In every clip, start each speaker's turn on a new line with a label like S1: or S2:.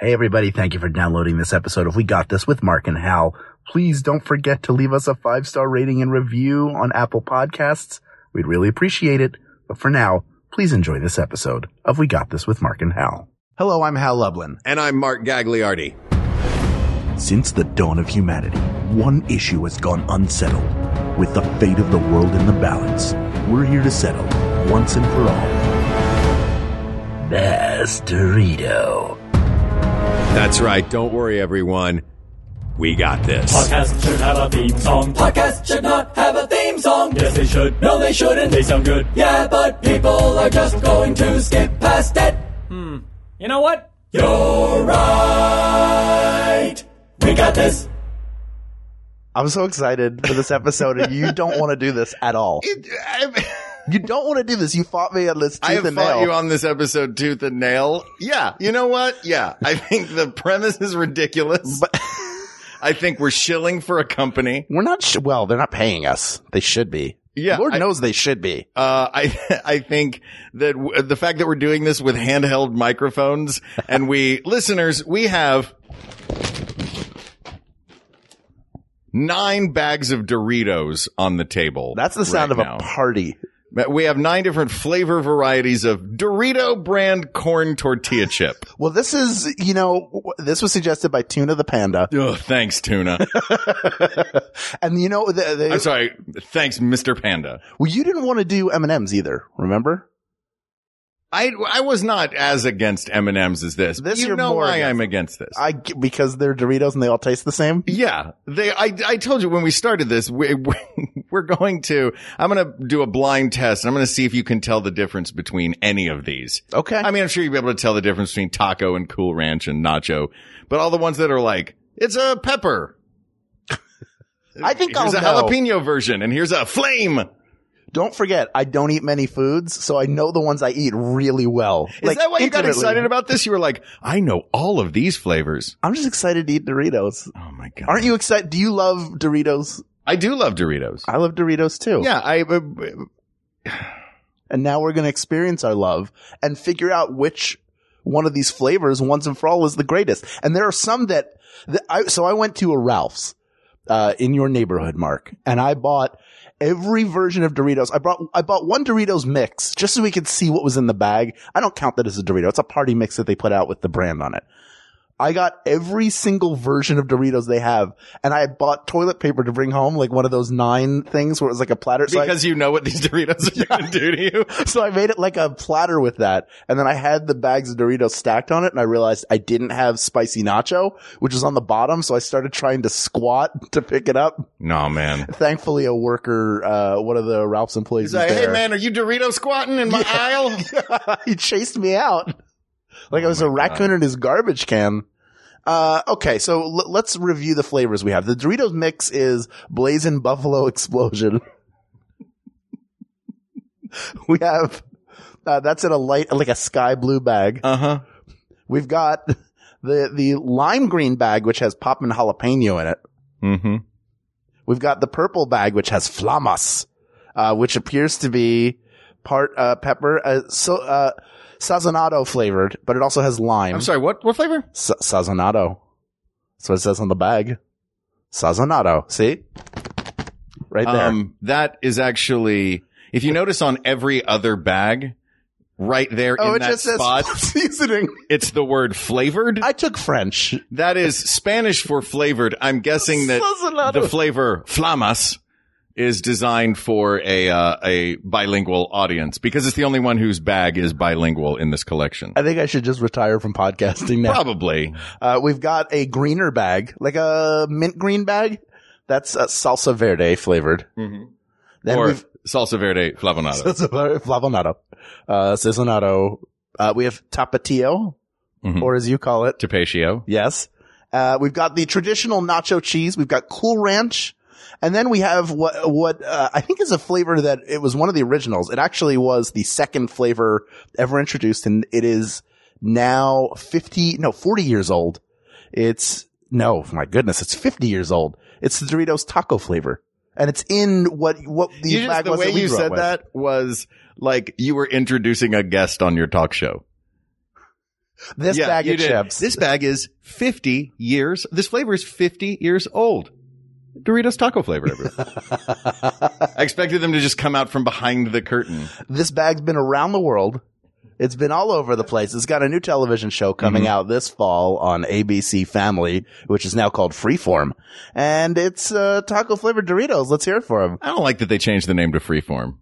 S1: Hey, everybody. Thank you for downloading this episode of We Got This with Mark and Hal. Please don't forget to leave us a five star rating and review on Apple Podcasts. We'd really appreciate it. But for now, please enjoy this episode of We Got This with Mark and Hal. Hello, I'm Hal Lublin.
S2: And I'm Mark Gagliardi.
S1: Since the dawn of humanity, one issue has gone unsettled. With the fate of the world in the balance, we're here to settle once and for all. Masterito.
S2: That's right. Don't worry, everyone. We got this.
S3: Podcasts should have a theme song.
S4: Podcasts should not have a theme song.
S3: Yes, they should.
S4: No, they shouldn't.
S3: They sound good.
S4: Yeah, but people are just going to skip past it.
S3: Hmm. You know what?
S4: You're right. We got this.
S5: I'm so excited for this episode, and you don't want to do this at all. You don't want to do this. You fought me on this tooth
S2: I have
S5: and
S2: fought
S5: nail.
S2: you on this episode tooth and nail. Yeah. You know what? Yeah. I think the premise is ridiculous.
S5: But-
S2: I think we're shilling for a company.
S5: We're not. Sh- well, they're not paying us. They should be.
S2: Yeah,
S5: Lord
S2: I-
S5: knows they should be.
S2: Uh, I I think that w- the fact that we're doing this with handheld microphones and we listeners we have nine bags of Doritos on the table.
S5: That's the sound
S2: right
S5: of a
S2: now.
S5: party.
S2: We have nine different flavor varieties of Dorito brand corn tortilla chip.
S5: Well, this is, you know, w- this was suggested by Tuna the Panda.
S2: Ugh, thanks, Tuna.
S5: and you know, the, the,
S2: I'm sorry. Thanks, Mr. Panda.
S5: well, you didn't want to do M&Ms either, remember?
S2: I I was not as against M and M's as this.
S5: This
S2: you
S5: you're
S2: know
S5: more
S2: why
S5: against.
S2: I'm against this.
S5: I, g- because they're Doritos and they all taste the same.
S2: Yeah, they. I I told you when we started this, we, we we're going to. I'm going to do a blind test. and I'm going to see if you can tell the difference between any of these.
S5: Okay.
S2: I mean, I'm sure you'll be able to tell the difference between taco and Cool Ranch and nacho, but all the ones that are like it's a pepper.
S5: I think I'll
S2: Here's a
S5: know.
S2: jalapeno version, and here's a flame.
S5: Don't forget, I don't eat many foods, so I know the ones I eat really well.
S2: Is that why you got
S5: intimately.
S2: excited about this? You were like, I know all of these flavors.
S5: I'm just excited to eat Doritos.
S2: Oh my god!
S5: Aren't you excited? Do you love Doritos?
S2: I do love Doritos.
S5: I love Doritos too.
S2: yeah, I. Uh,
S5: And now we're going to experience our love and figure out which one of these flavors once and for all is the greatest. And there are some that, that I, so I went to a Ralph's, uh, in your neighborhood, Mark, and I bought every version of Doritos. I brought, I bought one Doritos mix just so we could see what was in the bag. I don't count that as a Dorito. It's a party mix that they put out with the brand on it. I got every single version of Doritos they have, and I bought toilet paper to bring home, like one of those nine things where it was like a platter. So I-
S2: because you know what these Doritos are going to do to you.
S5: so I made it like a platter with that. And then I had the bags of Doritos stacked on it and I realized I didn't have spicy nacho, which was on the bottom. So I started trying to squat to pick it up.
S2: No, man.
S5: Thankfully, a worker, uh, one of the Ralph's employees
S2: He's
S5: was
S2: like, hey
S5: there.
S2: man, are you Dorito squatting in my aisle?
S5: he chased me out like I was a raccoon in his garbage can. Uh, okay, so l- let's review the flavors we have. The Doritos mix is Blazing Buffalo Explosion. we have, uh, that's in a light, like a sky blue bag.
S2: Uh huh.
S5: We've got the the lime green bag, which has poppin' jalapeno in it.
S2: Mm-hmm.
S5: We've got the purple bag, which has flamas, uh, which appears to be part uh, pepper, uh, so uh, sazonado flavored, but it also has lime.
S2: I'm sorry. What what flavor?
S5: Sa- sazonado. That's what it says on the bag. Sazonado. See, right there.
S2: Um, that is actually, if you notice on every other bag, right there
S5: oh,
S2: in
S5: it
S2: that
S5: just says
S2: spot,
S5: seasoning.
S2: it's the word flavored.
S5: I took French.
S2: that is Spanish for flavored. I'm guessing that
S5: Sazonado.
S2: the flavor flamas is designed for a uh, a bilingual audience because it's the only one whose bag is bilingual in this collection.
S5: I think I should just retire from podcasting now.
S2: Probably.
S5: Uh, we've got a greener bag, like a mint green bag. That's uh, salsa verde flavored. Then
S2: Mm-hmm. or
S5: we've
S2: salsa verde flavonado.
S5: salsa verde flavonado, uh, sazonado. Uh, we have tapatio,
S2: Mhm.
S5: or as you call it,
S2: Tapatio.
S5: yes. Uh, we've got the traditional nacho cheese. We've got Cool Ranch, and then we have what what uh, I think is a flavor that it was one of the originals. It actually was the second flavor ever introduced, and it is now fifty no forty years old. It's no, my goodness, it's fifty years old. It's the Doritos taco flavor, and it's in what what the
S2: You just-
S5: bag
S2: the
S5: was
S2: way
S5: that we
S2: you
S5: grew up
S2: said
S5: with.
S2: that was like you were introducing a guest on your talk show.
S5: This
S2: Yeah,
S5: bag
S2: you
S5: of
S2: did.
S5: chips.
S2: This bag is 50 years. This flavor is 50 years old. Doritos taco flavor. everyone. I expected them to just come out from behind the curtain.
S5: This bag's been around the world. It's been all over the place. It's got a new television show coming
S2: Mm-hmm.
S5: out this fall on ABC Family, which is now called Freeform. And it's uh, taco flavored Doritos. Let's hear it for them.
S2: I don't like that they changed the name to Freeform.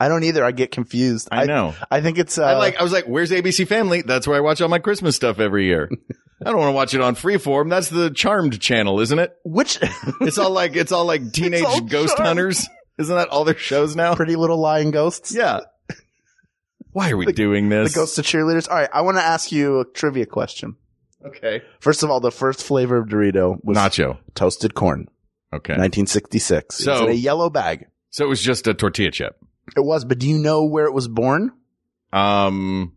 S5: I don't either. I get confused.
S2: I know.
S5: I think it's. Uh,
S2: I like. I was like, "Where's ABC Family?" That's where I watch all my Christmas stuff every year. I don't want to watch it on Freeform. That's the Charmed channel, isn't it?
S5: which
S2: It's all like it's all like teenage
S5: all
S2: ghost
S5: Charmed.
S2: hunters. Isn't that all their shows now?
S5: Pretty Little Lying Ghosts.
S2: Yeah. Why are we doing
S5: The
S2: this?
S5: Ghosts of Cheerleaders. All right, I want to ask you a trivia question.
S2: okay.
S5: First of all, the first flavor of Dorito was
S2: Nacho.
S5: toasted corn,
S2: Okay.
S5: 1966. So, it's
S2: So-
S5: in a yellow bag.
S2: So it was just a tortilla chip.
S5: It was, but do you know where it was born?
S2: Um,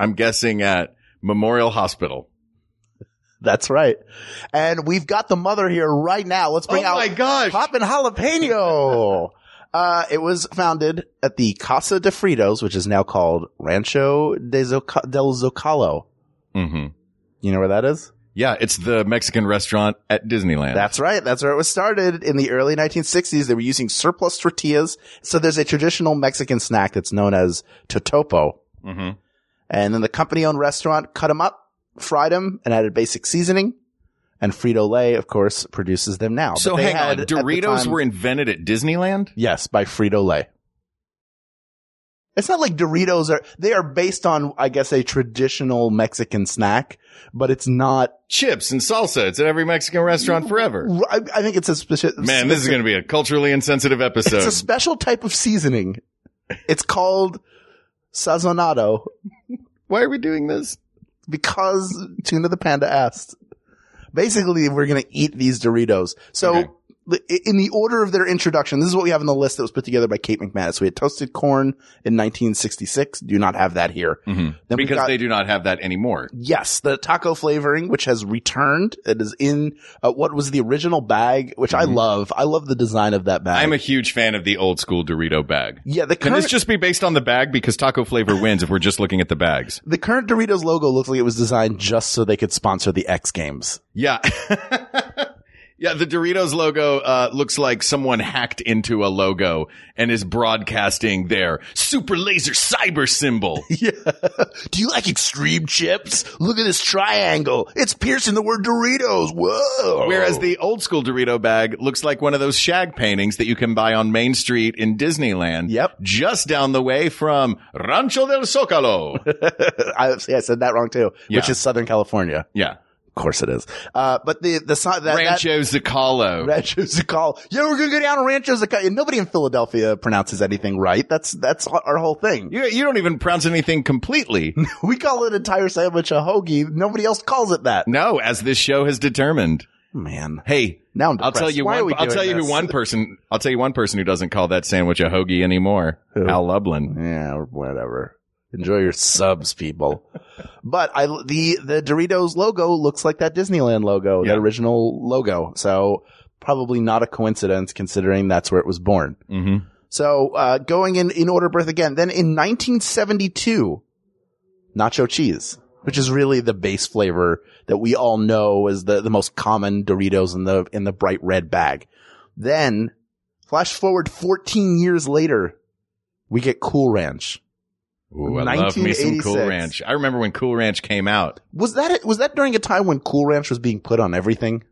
S2: I'm guessing at Memorial Hospital.
S5: That's right. And we've got the mother here right now. Let's bring out
S2: Oh gosh!
S5: Poppin' Jalapeno. uh, it was founded at the Casa de Fritos, which is now called Rancho de Zoc- del Zocalo.
S2: hmm
S5: You know where that is?
S2: Yeah, it's the Mexican restaurant at Disneyland.
S5: That's right. That's where it was started in the early 1960s. They were using surplus tortillas. So there's a traditional Mexican snack that's known as totopo.
S2: hmm
S5: And then the company owned restaurant cut them up, fried them, and added basic seasoning. And Frito Lay, of course, produces them now. Oh, But
S2: So
S5: they
S2: hang
S5: had,
S2: on,
S5: at the
S2: Doritos
S5: time-
S2: were invented at Disneyland.
S5: Yes, by Frito Lay. It's not like Doritos are, they are based on, I guess, a traditional Mexican snack, but it's not,
S2: Chips and salsa. It's at every Mexican restaurant forever.
S5: I, I think it's a specific,
S2: Man, this is going to be a culturally insensitive
S5: Mm-hmm. it's
S2: episode.
S5: a special type of seasoning. It's called sazonado
S2: Why are we doing this?
S5: because Tuna the Panda asked. Basically, we're going to eat these Doritos. So
S2: Okay.
S5: the- in the order of their introduction, this is what we have on the list that was put together by Kate McManus. We had toasted corn in 1966. Do not have that here. Then we've
S2: Mm-hmm. Because
S5: got-
S2: they do not have that anymore.
S5: Yes, the taco flavoring, which has returned. It is in uh, what was the original bag, which I love. I love the design of that bag.
S2: Mm-hmm. I'm a huge fan of the old school Dorito bag.
S5: yeah, the
S2: Can
S5: current,
S2: this just be based on the bag? Because taco flavor wins if we're just looking at the bags.
S5: the current Doritos logo looks like it was designed just so they could sponsor the X Games.
S2: Yeah. yeah, the Doritos logo uh, looks like someone hacked into a logo and is broadcasting their super laser cyber symbol.
S5: Yeah. Do you like extreme chips? Look at this triangle. It's piercing the word Doritos. Whoa.
S2: Whereas the old school Dorito bag looks like one of those shag paintings that you can buy on Main Street in Disneyland.
S5: Yep.
S2: Just down the way from Rancho del Zocalo.
S5: I, yeah, I said that wrong too, which
S2: Yeah.
S5: is Southern California.
S2: yeah.
S5: Of course it is. Uh, but the the si- that, that
S2: Rancho Zocalo.
S5: Rancho Zacal. Yeah, we're gonna go down to Rancho Zacal. And Nobody in Philadelphia pronounces anything right. That's that's our whole thing.
S2: you, you don't even pronounce anything completely.
S5: We call an entire sandwich a hoagie. Nobody else calls it that.
S2: no, as this show has determined.
S5: Man,
S2: Hey,
S5: now I'm
S2: I'll
S5: depressed.
S2: tell you
S5: Why
S2: one.
S5: Are we
S2: I'll
S5: doing
S2: tell you
S5: this?
S2: who one person. I'll tell you one person who doesn't call that sandwich a hoagie anymore. Al Lublin.
S5: Yeah, whatever. Enjoy your subs, people. but I the the Doritos logo looks like that Disneyland logo,
S2: Yeah.
S5: that original logo. So probably not a coincidence, considering that's where it was born.
S2: Mm-hmm.
S5: So uh, going in in order of birth again. Then in 1972, nacho cheese, which is really the base flavor that we all know as the the most common Doritos in the in the bright red bag. Then flash forward 14 years later, we get Cool Ranch.
S2: Ooh, I love me some Cool
S5: 1986.
S2: Ranch. I remember when Cool Ranch came out.
S5: Was that was that during a time when Cool Ranch was being put on everything?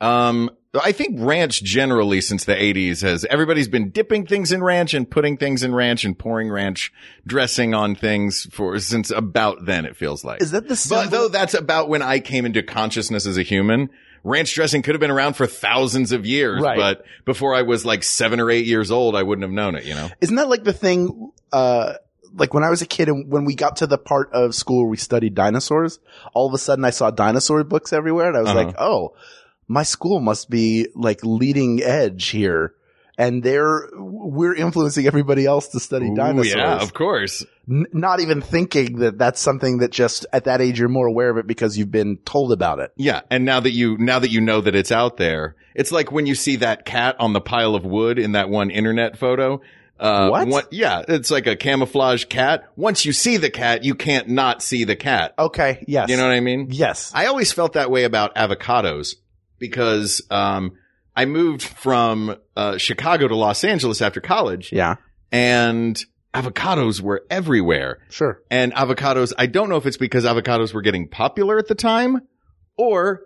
S2: Um, I think ranch generally since the 80s has everybody's been dipping things in ranch and putting things in ranch and pouring ranch dressing on things for since about then it feels like.
S5: Is that the
S2: But
S5: symbol-
S2: though that's about when I came into consciousness as a human, ranch dressing could have been around for thousands of years,
S5: Right.
S2: but before I was like 7 or 8 years old, I wouldn't have known it, you know.
S5: Isn't that like the thing? Uh, like when I was a kid and when we got to the part of school where we studied dinosaurs, all of a sudden I saw dinosaur books everywhere and I was
S2: Uh-huh.
S5: like, oh, my school must be like leading edge here. And they're, we're influencing everybody else to study
S2: Ooh,
S5: dinosaurs.
S2: Yeah, of course.
S5: N- not even thinking that that's something that just at that age you're more aware of it because you've been told about it.
S2: Yeah, and now that you now that you know that it's out there, it's like when you see that cat on the pile of wood in that one internet photo. Uh,
S5: What?
S2: one- yeah, it's like a camouflage cat. Once you see the cat, you can't not see the cat.
S5: Okay. Yes.
S2: You know what I mean?
S5: Yes.
S2: Oh, I always felt that way about avocados because um, I moved from uh, Chicago to Los Angeles after college,
S5: yeah.
S2: and avocados were everywhere.
S5: Sure.
S2: And avocados, I don't know if it's because avocados were getting popular at the time, or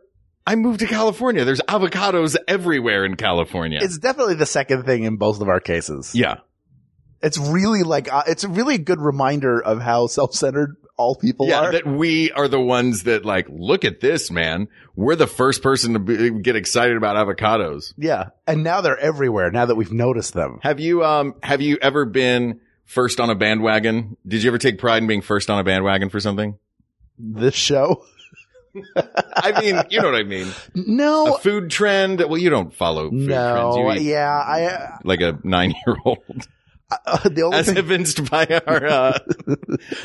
S2: I moved to California. There's avocados everywhere in California.
S5: It's definitely the second thing in both of our cases.
S2: yeah,
S5: It's really like uh, it's a really good reminder of how self-centered all people
S2: yeah.
S5: are.
S2: That we are the ones that like look at this man. We're the first person to be, get excited about avocados.
S5: yeah. And now they're everywhere. Now that we've noticed them.
S2: Have you um have you ever been first on a bandwagon? Did you ever take pride in being first on a bandwagon for something?
S5: This show.
S2: I mean, you know what I mean. A
S5: No.
S2: food trend. Well, you don't follow food
S5: No.
S2: trends. You eat
S5: Yeah. I.
S2: like a nine-year-old,
S5: Uh, the only
S2: as
S5: thing
S2: evidenced by our uh,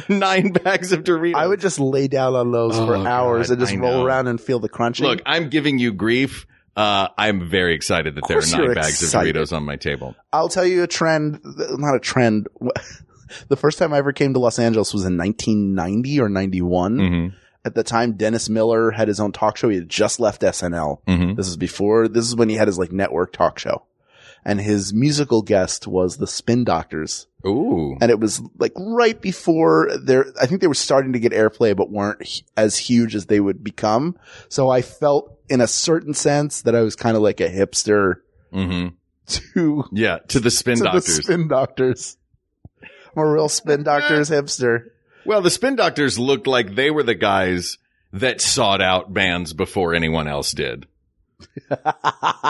S2: nine bags of Doritos.
S5: I would just lay down on those for
S2: Oh,
S5: hours
S2: God,
S5: and just
S2: I
S5: roll
S2: know.
S5: around and feel the crunching.
S2: Look, I'm giving you grief. Uh, I'm very excited that there are
S5: course you're
S2: nine bags
S5: excited.
S2: of Doritos on my table.
S5: I'll tell you a trend, not a trend. The first time I ever came to Los Angeles was in 1990 or 91.
S2: Mhm.
S5: At the time, Dennis Miller had his own talk show. He had just left SNL.
S2: Mhm.
S5: This is before, this is when he had his like network talk show. And his musical guest was the Spin Doctors.
S2: Ooh,
S5: And it was like right before their, I think they were starting to get airplay, but weren't h- as huge as they would become. So I felt in a certain sense that I was kind of like a hipster
S2: hmm
S5: to
S2: yeah. To the spin
S5: to the
S2: doctors.
S5: spin doctors. I'm a real spin doctors hipster.
S2: Well, the Spin Doctors looked like they were the guys that sought out bands before anyone else did.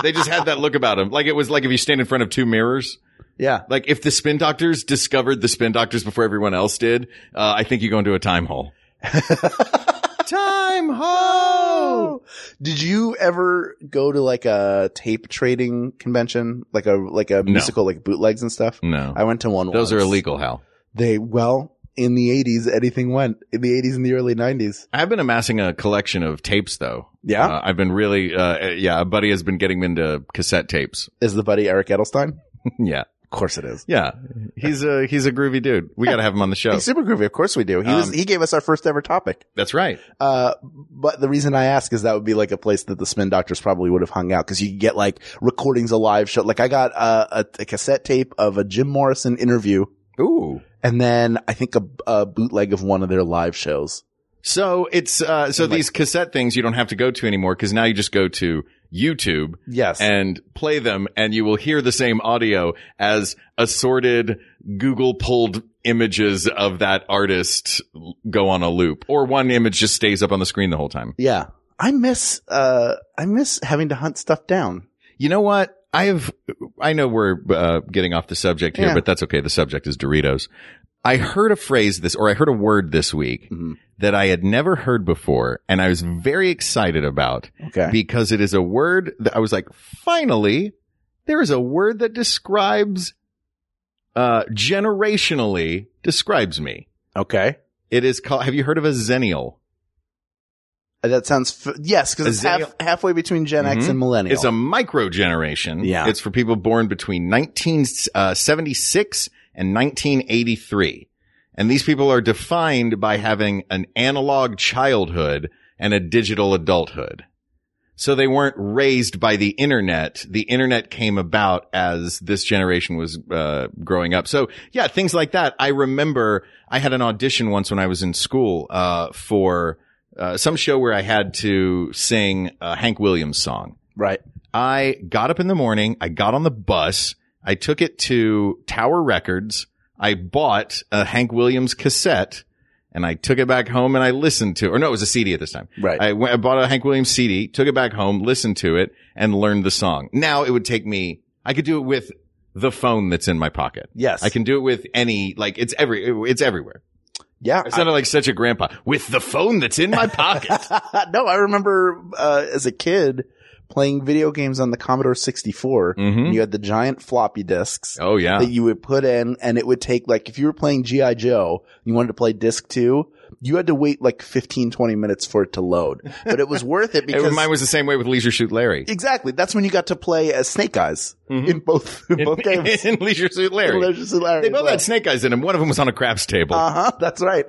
S2: they just had that look about them. Like it was like if you stand in front of two mirrors.
S5: Yeah.
S2: Like if the Spin Doctors discovered the Spin Doctors before everyone else did, uh, I think you go into a time hole. time hole.
S5: Did you ever go to like a tape trading convention, like a like a musical, like bootlegs and stuff?
S2: No,
S5: I went to one.
S2: those are
S5: once.
S2: illegal. Hal.
S5: They well in the '80s, anything went. In the '80s and the early '90s.
S2: I've been amassing a collection of tapes, though.
S5: Yeah?
S2: Uh, I've been really. Uh, yeah, a buddy has been getting me into cassette tapes.
S5: Is the buddy Eric Edelstein?
S2: yeah.
S5: Of course it is.
S2: Yeah, he's a he's a groovy dude. We got to have him on the show.
S5: He's super groovy. Of course we do. He was.
S2: Um,
S5: He gave us our first ever topic.
S2: That's right.
S5: Uh, but the reason I ask is that would be like a place that the spin doctors probably would have hung out because you could get like recordings of live show. Like I got uh, a, a cassette tape of a Jim Morrison interview
S2: Ooh.
S5: and then I think a, a bootleg of one of their live shows.
S2: So it's uh, so these cassette things you don't have to go to anymore because now you just go to YouTube
S5: Yes.
S2: and play them, and you will hear the same audio as assorted Google pulled images of that artist go on a loop, or one image just stays up on the screen the whole time.
S5: yeah. I miss, uh, I miss having to hunt stuff down.
S2: You know what? I have, I know we're uh, getting off the subject here,
S5: Yeah.
S2: but that's okay. The subject is Doritos. I heard a phrase this, or I heard a word this week
S5: Mhm.
S2: that I had never heard before, and I was very excited about
S5: Okay.
S2: because it is a word that I was like, finally, there is a word that describes, uh, generationally describes me.
S5: okay.
S2: It is called, have you heard of a zennial?
S5: Uh, That sounds, f- yes, because it's
S2: Is that-
S5: half, halfway between general X
S2: Mhm.
S5: and millennial.
S2: It's a micro generation.
S5: Yeah.
S2: It's for people born between 1976 and 1983. And these people are defined by having an analog childhood and a digital adulthood. So they weren't raised by the internet. The internet came about as this generation was uh, growing up. So yeah, things like that. I remember I had an audition once when I was in school uh, for uh, some show where I had to sing a Hank Williams song.
S5: right.
S2: I got up in the morning. I got on the bus. I took it to Tower Records. I bought a Hank Williams cassette and I took it back home and I listened to, or no, it was a CD at this time.
S5: Right.
S2: I, went, I bought a Hank Williams CD, took it back home, listened to it and learned the song. Now it would take me, I could do it with the phone that's in my pocket.
S5: Yes.
S2: I can do it with any, like it's every, it's everywhere.
S5: Yeah.
S2: I sounded like such a grandpa with the phone that's in my pocket.
S5: no, I remember uh, as a kid playing video games on the Commodore 64.
S2: Mhm.
S5: And you had the giant floppy disks
S2: oh yeah.
S5: that you would put in, and it would take like if you were playing GI Joe, and you wanted to play disc two. you had to wait like 15, 20 minutes for it to load, but it was worth it because
S2: It, mine was the same way with Leisure Suit Larry.
S5: exactly that's when you got to play as Snake Eyes in both in both games.
S2: Mm-hmm. in Leisure Suit Larry. they both had snake eyes in them. One of them was on a craps table.
S5: Uh huh. That's right.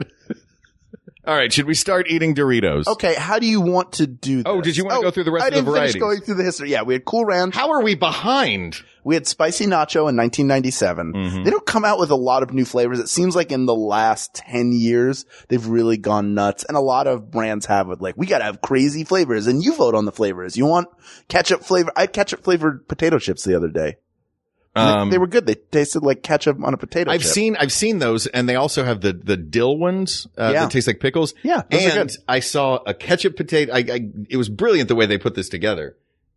S2: All right, should we start eating Doritos?
S5: Okay. How do you want to do? This?
S2: Oh, did you wanna go through the rest
S5: I
S2: of the
S5: didn't finish
S2: varieties?
S5: going through the history. Yeah, we had Cool Ranch.
S2: How are we behind?
S5: We had spicy nacho in 1997.
S2: Mm-hmm.
S5: They don't come out with a lot of new flavors. It seems like in the last 10 years, they've really gone nuts. And a lot of brands have it. Like, we gotta have crazy flavors and you vote on the flavors. You want ketchup flavor? I had ketchup flavored potato chips the other day. And they-
S2: Um,
S5: they, were good. They tasted like ketchup on a potato
S2: I've
S5: chip.
S2: seen I've seen those, and they also have the the dill ones uh,
S5: Yeah.
S2: that taste like pickles.
S5: Yeah, those are
S2: and
S5: good.
S2: I saw a ketchup potato. I, I it was brilliant the way they put this together.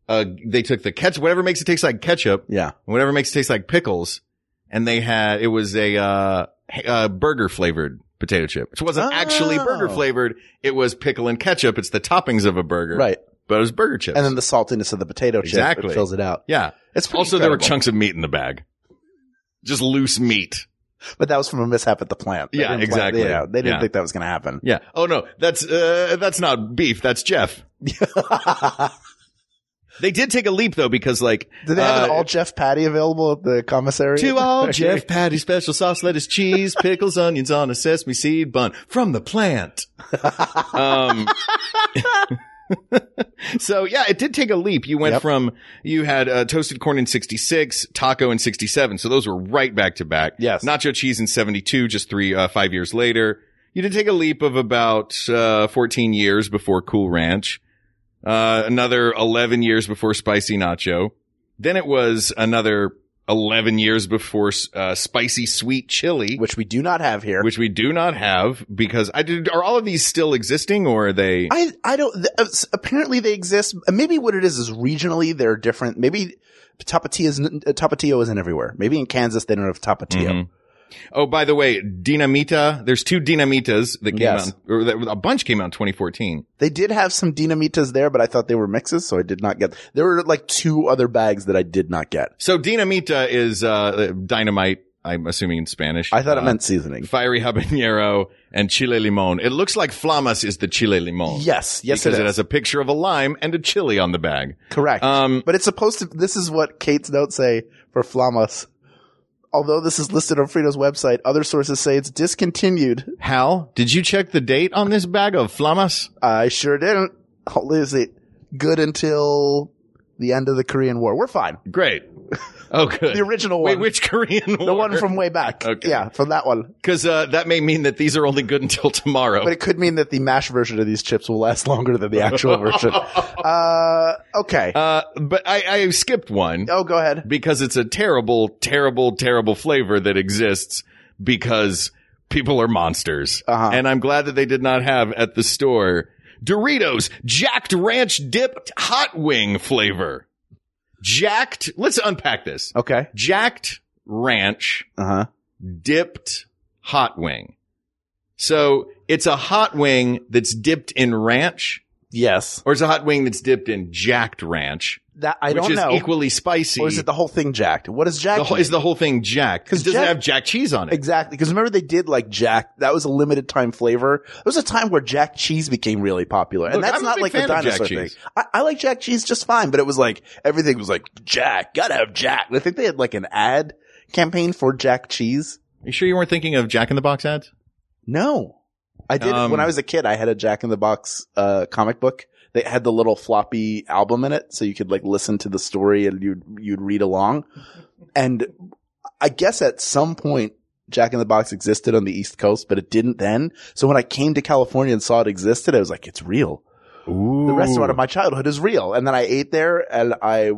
S2: Uh, they took the ketchup, whatever makes it taste like ketchup,
S5: Yeah.
S2: whatever makes it taste like pickles, and they had it was a uh, h- uh burger flavored potato chip. It wasn't actually
S5: Oh.
S2: burger flavored. It was pickle and ketchup. It's the toppings of a burger,
S5: Right.
S2: But it was burger chips.
S5: And then the saltiness of the potato chip
S2: Exactly.
S5: it fills it out.
S2: yeah,
S5: It's pretty
S2: also there were
S5: incredible.
S2: chunks of meat in the bag, just loose meat.
S5: But that was from a mishap at the plant. They
S2: Yeah,
S5: didn't plan-
S2: exactly.
S5: yeah, they didn't
S2: Yeah.
S5: think that was going to happen.
S2: Yeah. Oh no, that's uh, that's not beef. That's Jeff. They did take a leap though, because like
S5: Did they have an
S2: uh,
S5: all Jeff patty available at the commissary?
S2: to all Jeff patty special sauce, lettuce, cheese, pickles, onions on a sesame seed bun from the plant. um, so yeah, it did take a leap. You went
S5: Yep.
S2: from you had uh, toasted corn in '66, taco in '67, so those were right back to back.
S5: Yes.
S2: nacho cheese in '72, just three uh, five years later. You did take a leap of about uh, 14 years before Cool Ranch. Uh, another 11 years before Spicy Nacho. Then it was another 11 years before uh, Spicy Sweet Chili, which,
S5: which we do not have here.
S2: we do not have because I did. Are all of these still existing or are they?
S5: I I don't. th- uh, s- apparently, they exist. Maybe what it is is regionally they're different. Maybe tapatio is uh, tapatio isn't everywhere. Maybe in Kansas they don't have tapatio.
S2: oh, by the way, Dinamita. There's two Dinamitas that came
S5: Yes.
S2: out, or that, a bunch came out in 2014.
S5: They did have some dinamitas there, but I thought they were mixes, so I did not get. There were like two other bags that I did not get.
S2: So Dinamita is uh, dynamite. I'm assuming in Spanish.
S5: I thought it
S2: Uh,
S5: meant seasoning.
S2: fiery habanero and chile limon. It looks like flamas is the chile limon.
S5: Yes, yes,
S2: because
S5: it
S2: it
S5: is
S2: has a picture of a lime and a chili on the bag.
S5: correct.
S2: Um,
S5: But it's supposed to. This is what Kate's notes say for flamas. Although this is listed on Frito's website, other sources say it's discontinued.
S2: Hal, did you check the date on this bag of flamas?
S5: I sure didn't. Holy is it good until the end of the Korean War? We're fine.
S2: Great. Oh, good.
S5: The original
S2: Wait,
S5: one.
S2: which Korean War?
S5: The one from way back.
S2: Okay.
S5: Yeah, from that one.
S2: Because uh, that may mean that these are only good until tomorrow.
S5: But it could mean that the mash version of these chips will last longer than the actual version. Uh, okay.
S2: uh, but I, I skipped one
S5: oh, go ahead.
S2: because it's a terrible, terrible, terrible flavor that exists because people are monsters.
S5: Uh-huh.
S2: And I'm glad that they did not have at the store Doritos Jacked Ranch Dipped Hot Wing flavor. Jacked. Let's unpack this.
S5: Okay.
S2: Jacked Ranch
S5: Uh huh.
S2: dipped hot wing. So it's a hot wing that's dipped in ranch,
S5: Yes.
S2: or it's a hot wing that's dipped in jacked ranch,
S5: That I
S2: which
S5: don't
S2: is
S5: know.
S2: equally spicy.
S5: or is it the whole thing jacked? What is jacked?
S2: The whole, is the whole thing jacked?
S5: 'Cause
S2: Because it doesn't
S5: jack-
S2: have jack cheese on it.
S5: Exactly, because remember they did like Jack. That was a limited time flavor. There was a time where Jack cheese became really popular, and
S2: Look,
S5: that's
S2: I'm a
S5: not
S2: big
S5: like the
S2: fan of Jack
S5: dinosaur thing.
S2: cheese.
S5: I, I like Jack cheese just fine, but it was like everything was like Jack, gotta have Jack. And I think they had like an ad campaign for Jack cheese.
S2: you sure you weren't thinking of Jack in the Box ads?
S5: No, I did
S2: Um,
S5: when I was a kid. I had a Jack in the Box uh, comic book. They had the little floppy album in it, so you could like listen to the story and you'd you'd read along. And I guess at some point Jack in the Box existed on the East Coast, but it didn't then. So when I came to California and saw it existed, I was like, it's real.
S2: Ooh.
S5: The restaurant of my childhood is real. And then I ate there and I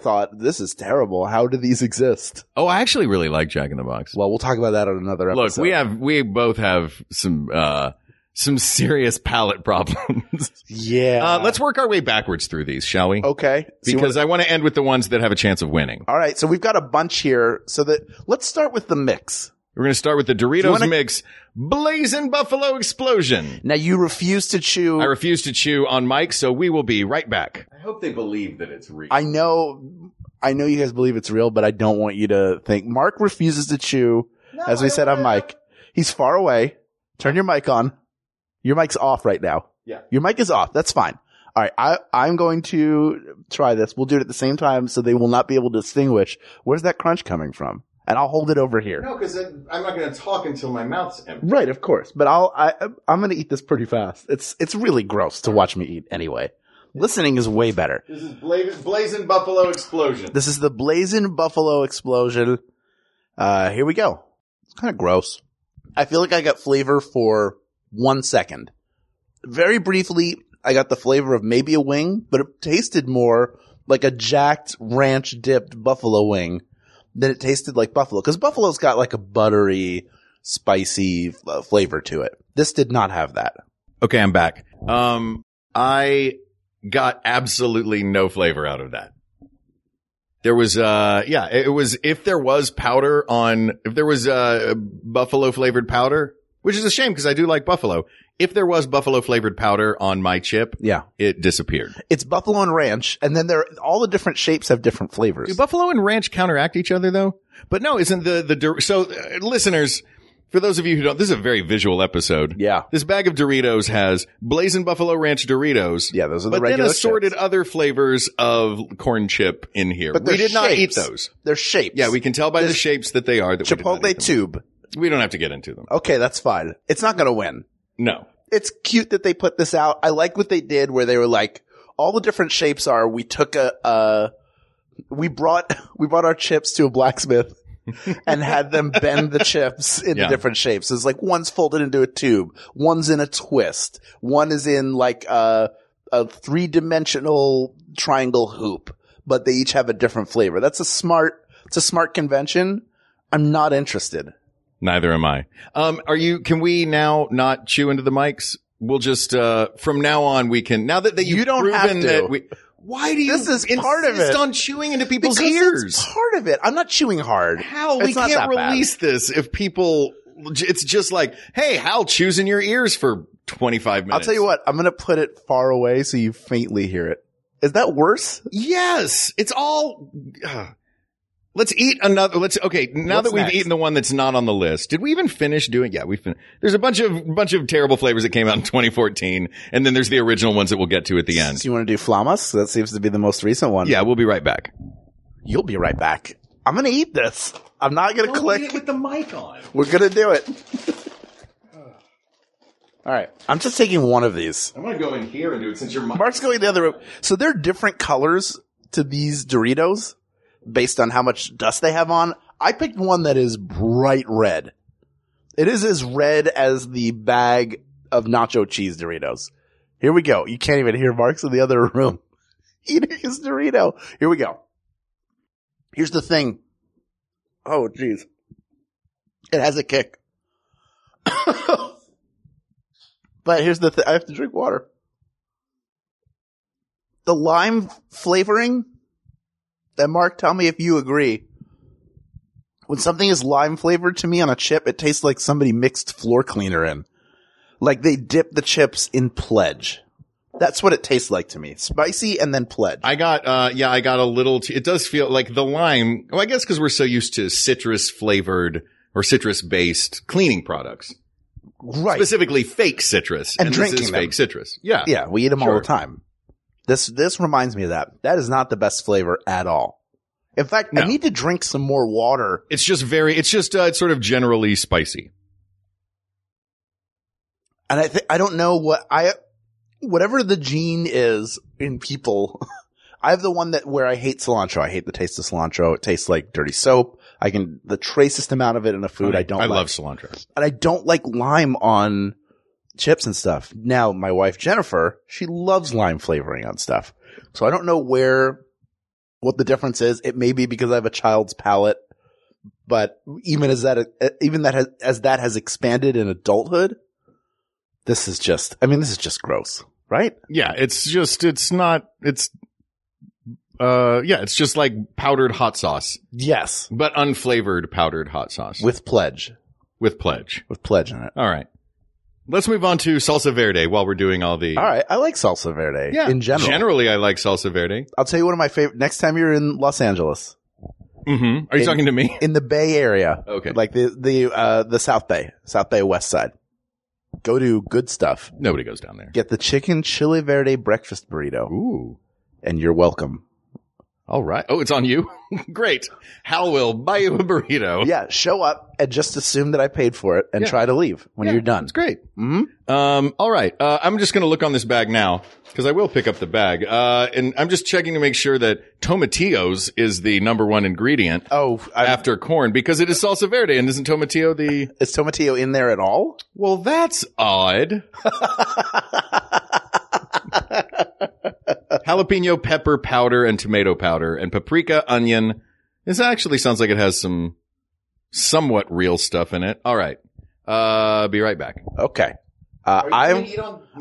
S5: thought, this is terrible. How do these exist?
S2: Oh, I actually really like Jack in the Box.
S5: Well, we'll talk about that on another
S2: Look,
S5: episode.
S2: we have we both have some uh some serious palate problems.
S5: yeah.
S2: uh, let's work our way backwards through these, shall we?
S5: okay. So Oh, you wanna-
S2: because I want to end with the ones that have a chance of winning.
S5: All right, so we've got a bunch here. So that let's start with the mix.
S2: We're going to start with the Doritos
S5: wanna-
S2: mix Blazing Buffalo Explosion.
S5: Now you refuse to chew.
S2: I
S5: I,
S2: refuse to chew on Mike, so we will be right back. I hope they believe that it's real.
S5: know, I know you guys believe it's real, but I don't want you to think. Mark refuses to chew, as we said on Mike. He's far away. Turn your mic on. Your mic's off right now.
S2: Yeah.
S5: Your mic is off. That's fine. All right. I, I'm going to try this. We'll do it at the same time so they will not be able to distinguish. Where's that crunch coming from? And I'll hold it over here.
S2: No, because I'm not going to talk until my mouth's empty.
S5: Right. Of course. But I'll, I, I'm going to eat this pretty fast. It's, it's really gross to watch me eat anyway. Listening is way better.
S2: This is bla- blazing buffalo explosion.
S5: This is the blazing buffalo explosion. Uh, here we go. It's kind of gross. I feel like I got flavor for one second. Very briefly, I got the flavor of maybe a wing, but it tasted more like a jacked ranch dipped buffalo wing than it tasted like buffalo. Cause buffalo's got like a buttery, spicy uh, flavor to it. This did not have that.
S2: Okay, I'm back. Um, I got absolutely no flavor out of that. There was, uh, yeah, it was, if there was powder on, if there was, uh, buffalo flavored powder, which is a shame because I do like buffalo. If there was buffalo flavored powder on my chip,
S5: Yeah.
S2: it disappeared.
S5: It's buffalo and ranch. And then there, all the different shapes have different flavors.
S2: Do buffalo and ranch counteract each other though? But no, isn't the, the, Dor- so uh, listeners, for those of you who don't, this is a very visual episode.
S5: yeah.
S2: This bag of Doritos has blazing buffalo ranch Doritos.
S5: Yeah. Those are the
S2: but then
S5: regular
S2: assorted
S5: shits.
S2: other flavors of corn chip in here.
S5: But
S2: we
S5: they're
S2: did not eat
S5: shapes.
S2: those.
S5: They're shapes.
S2: Yeah, we can tell by the
S5: This-
S2: shapes that they are. That we did not eat
S5: Chipotle Uh,
S2: them.
S5: tube.
S2: We don't have to get into them.
S5: Okay, that's fine. It's not going to win.
S2: No.
S5: It's cute that they put this out. I like what they did where they were like, all the different shapes are, we took a, uh, we brought, we brought our chips to a blacksmith and had them bend the chips into
S2: Yeah.
S5: different shapes. It's like one's folded into a tube, one's in a twist, one is in like a, a three dimensional triangle hoop, but they each have a different flavor. That's a smart, it's a smart convention. I'm not interested.
S2: Neither am I. Um, are you, can we now not chew into the mics? We'll just, uh, from now on, we can, now that, that you've
S5: You don't
S2: proven
S5: have to.
S2: that we, why do you
S5: This is part of
S2: insist
S5: it.
S2: on chewing into people's
S5: Because
S2: ears?
S5: it's part of it. I'm not chewing hard.
S2: How?
S5: It's
S2: we
S5: not
S2: can't
S5: that bad.
S2: release this if people, it's just like, hey, Hal, choose in your ears for 25 minutes.
S5: I'll tell you what. I'm gonna put it far away so you faintly hear it. Is that worse?
S2: Yes, it's all. ugh. Let's eat another. Let's okay. Now
S5: What's
S2: that we've
S5: next?
S2: eaten the one that's not on the list, did we even finish doing? Yeah, we fin- There's a bunch of bunch of terrible flavors that came out in 2014, and then there's the original ones that we'll get to at the end.
S5: So you want to do flamas? That seems to be the most recent one.
S2: Yeah, we'll be right back.
S5: You'll be right back. I'm gonna eat this. I'm not gonna click.
S2: with the mic on.
S5: We're gonna do it. All right. I'm just taking one of these.
S2: I want to go in here and do it since you're.
S5: Mark's going the other room. So there are different colors to these Doritos based on how much dust they have on. I picked one that is bright red. It is as red as the bag of nacho cheese Doritos. Here we go. You can't even hear Mark's in the other room eating his Dorito. Here we go. Here's the thing. Oh, jeez. It has a kick. but here's the thing. I have to drink water the lime flavoring and mark tell me if you agree when something is lime flavored to me on a chip it tastes like somebody mixed floor cleaner in like they dip the chips in pledge that's what it tastes like to me spicy and then pledge
S2: I got, uh, yeah, I got a little, t- it does feel like the lime. Well, I guess because we're so used to citrus flavored or citrus based cleaning products.
S5: right
S2: specifically fake citrus
S5: And
S2: this
S5: drinking
S2: is
S5: them.
S2: fake citrus. Yeah.
S5: yeah we eat them all
S2: Sure.
S5: the time this this reminds me of that that is not the best flavor at all in fact
S2: No.
S5: i need to drink some more water
S2: It's just very, it's just, uh, it's sort of generally spicy.
S5: and I think I don't know what I whatever the gene is in people. I have the one that where I hate cilantro. I hate the taste of cilantro. It tastes like dirty soap. I can the tracest amount of it in a food I, don't.
S2: I
S5: like.
S2: love cilantro.
S5: and I don't like lime on chips and stuff. Now my wife Jennifer, she loves lime flavoring on stuff. So I don't know where what the difference is. It may be because I have a child's palate, but even as that even that has, as that has expanded in adulthood, this is just I mean this is just gross, right?
S2: Yeah. It's just, it's not, it's, uh, yeah, it's just like powdered hot sauce,
S5: Yes,
S2: but unflavored powdered hot sauce with,
S5: with pledge,
S2: pledge.
S5: with pledge in it.
S2: All right. Let's move on to salsa verde while we're doing all the.
S5: All right, I like salsa verde in general.
S2: Generally, I like salsa verde.
S5: I'll tell you one of my favorite. Next time you're in Los Angeles,
S2: Mm-hmm. Are you
S5: In-
S2: talking to me?
S5: in the Bay Area,
S2: Okay.
S5: like the the uh the South Bay, South Bay West Side. Go to Good Stuff.
S2: Nobody goes down there.
S5: Get the chicken chili verde breakfast burrito,
S2: Ooh.
S5: and you're welcome.
S2: All right. Oh, it's on you. Great. Hal will buy you a burrito.
S5: Yeah, show up and just assume that I paid for it and
S2: Yeah.
S5: try to leave when
S2: Yeah,
S5: you're done.
S2: It's great. Mm-hmm. Um, all right. Uh, I'm just going to look on this bag now because I will pick up the bag. Uh, and I'm just checking to make sure that tomatillos is the number one ingredient
S5: Oh, I,
S2: after corn because it is salsa verde and isn't tomatillo the.
S5: is tomatillo in there at all?
S2: Well, that's odd. Jalapeno pepper powder and tomato powder and paprika, onion. This actually sounds like it has some somewhat real stuff in it. All right. Uh, be right back.
S5: Okay. Uh, I'm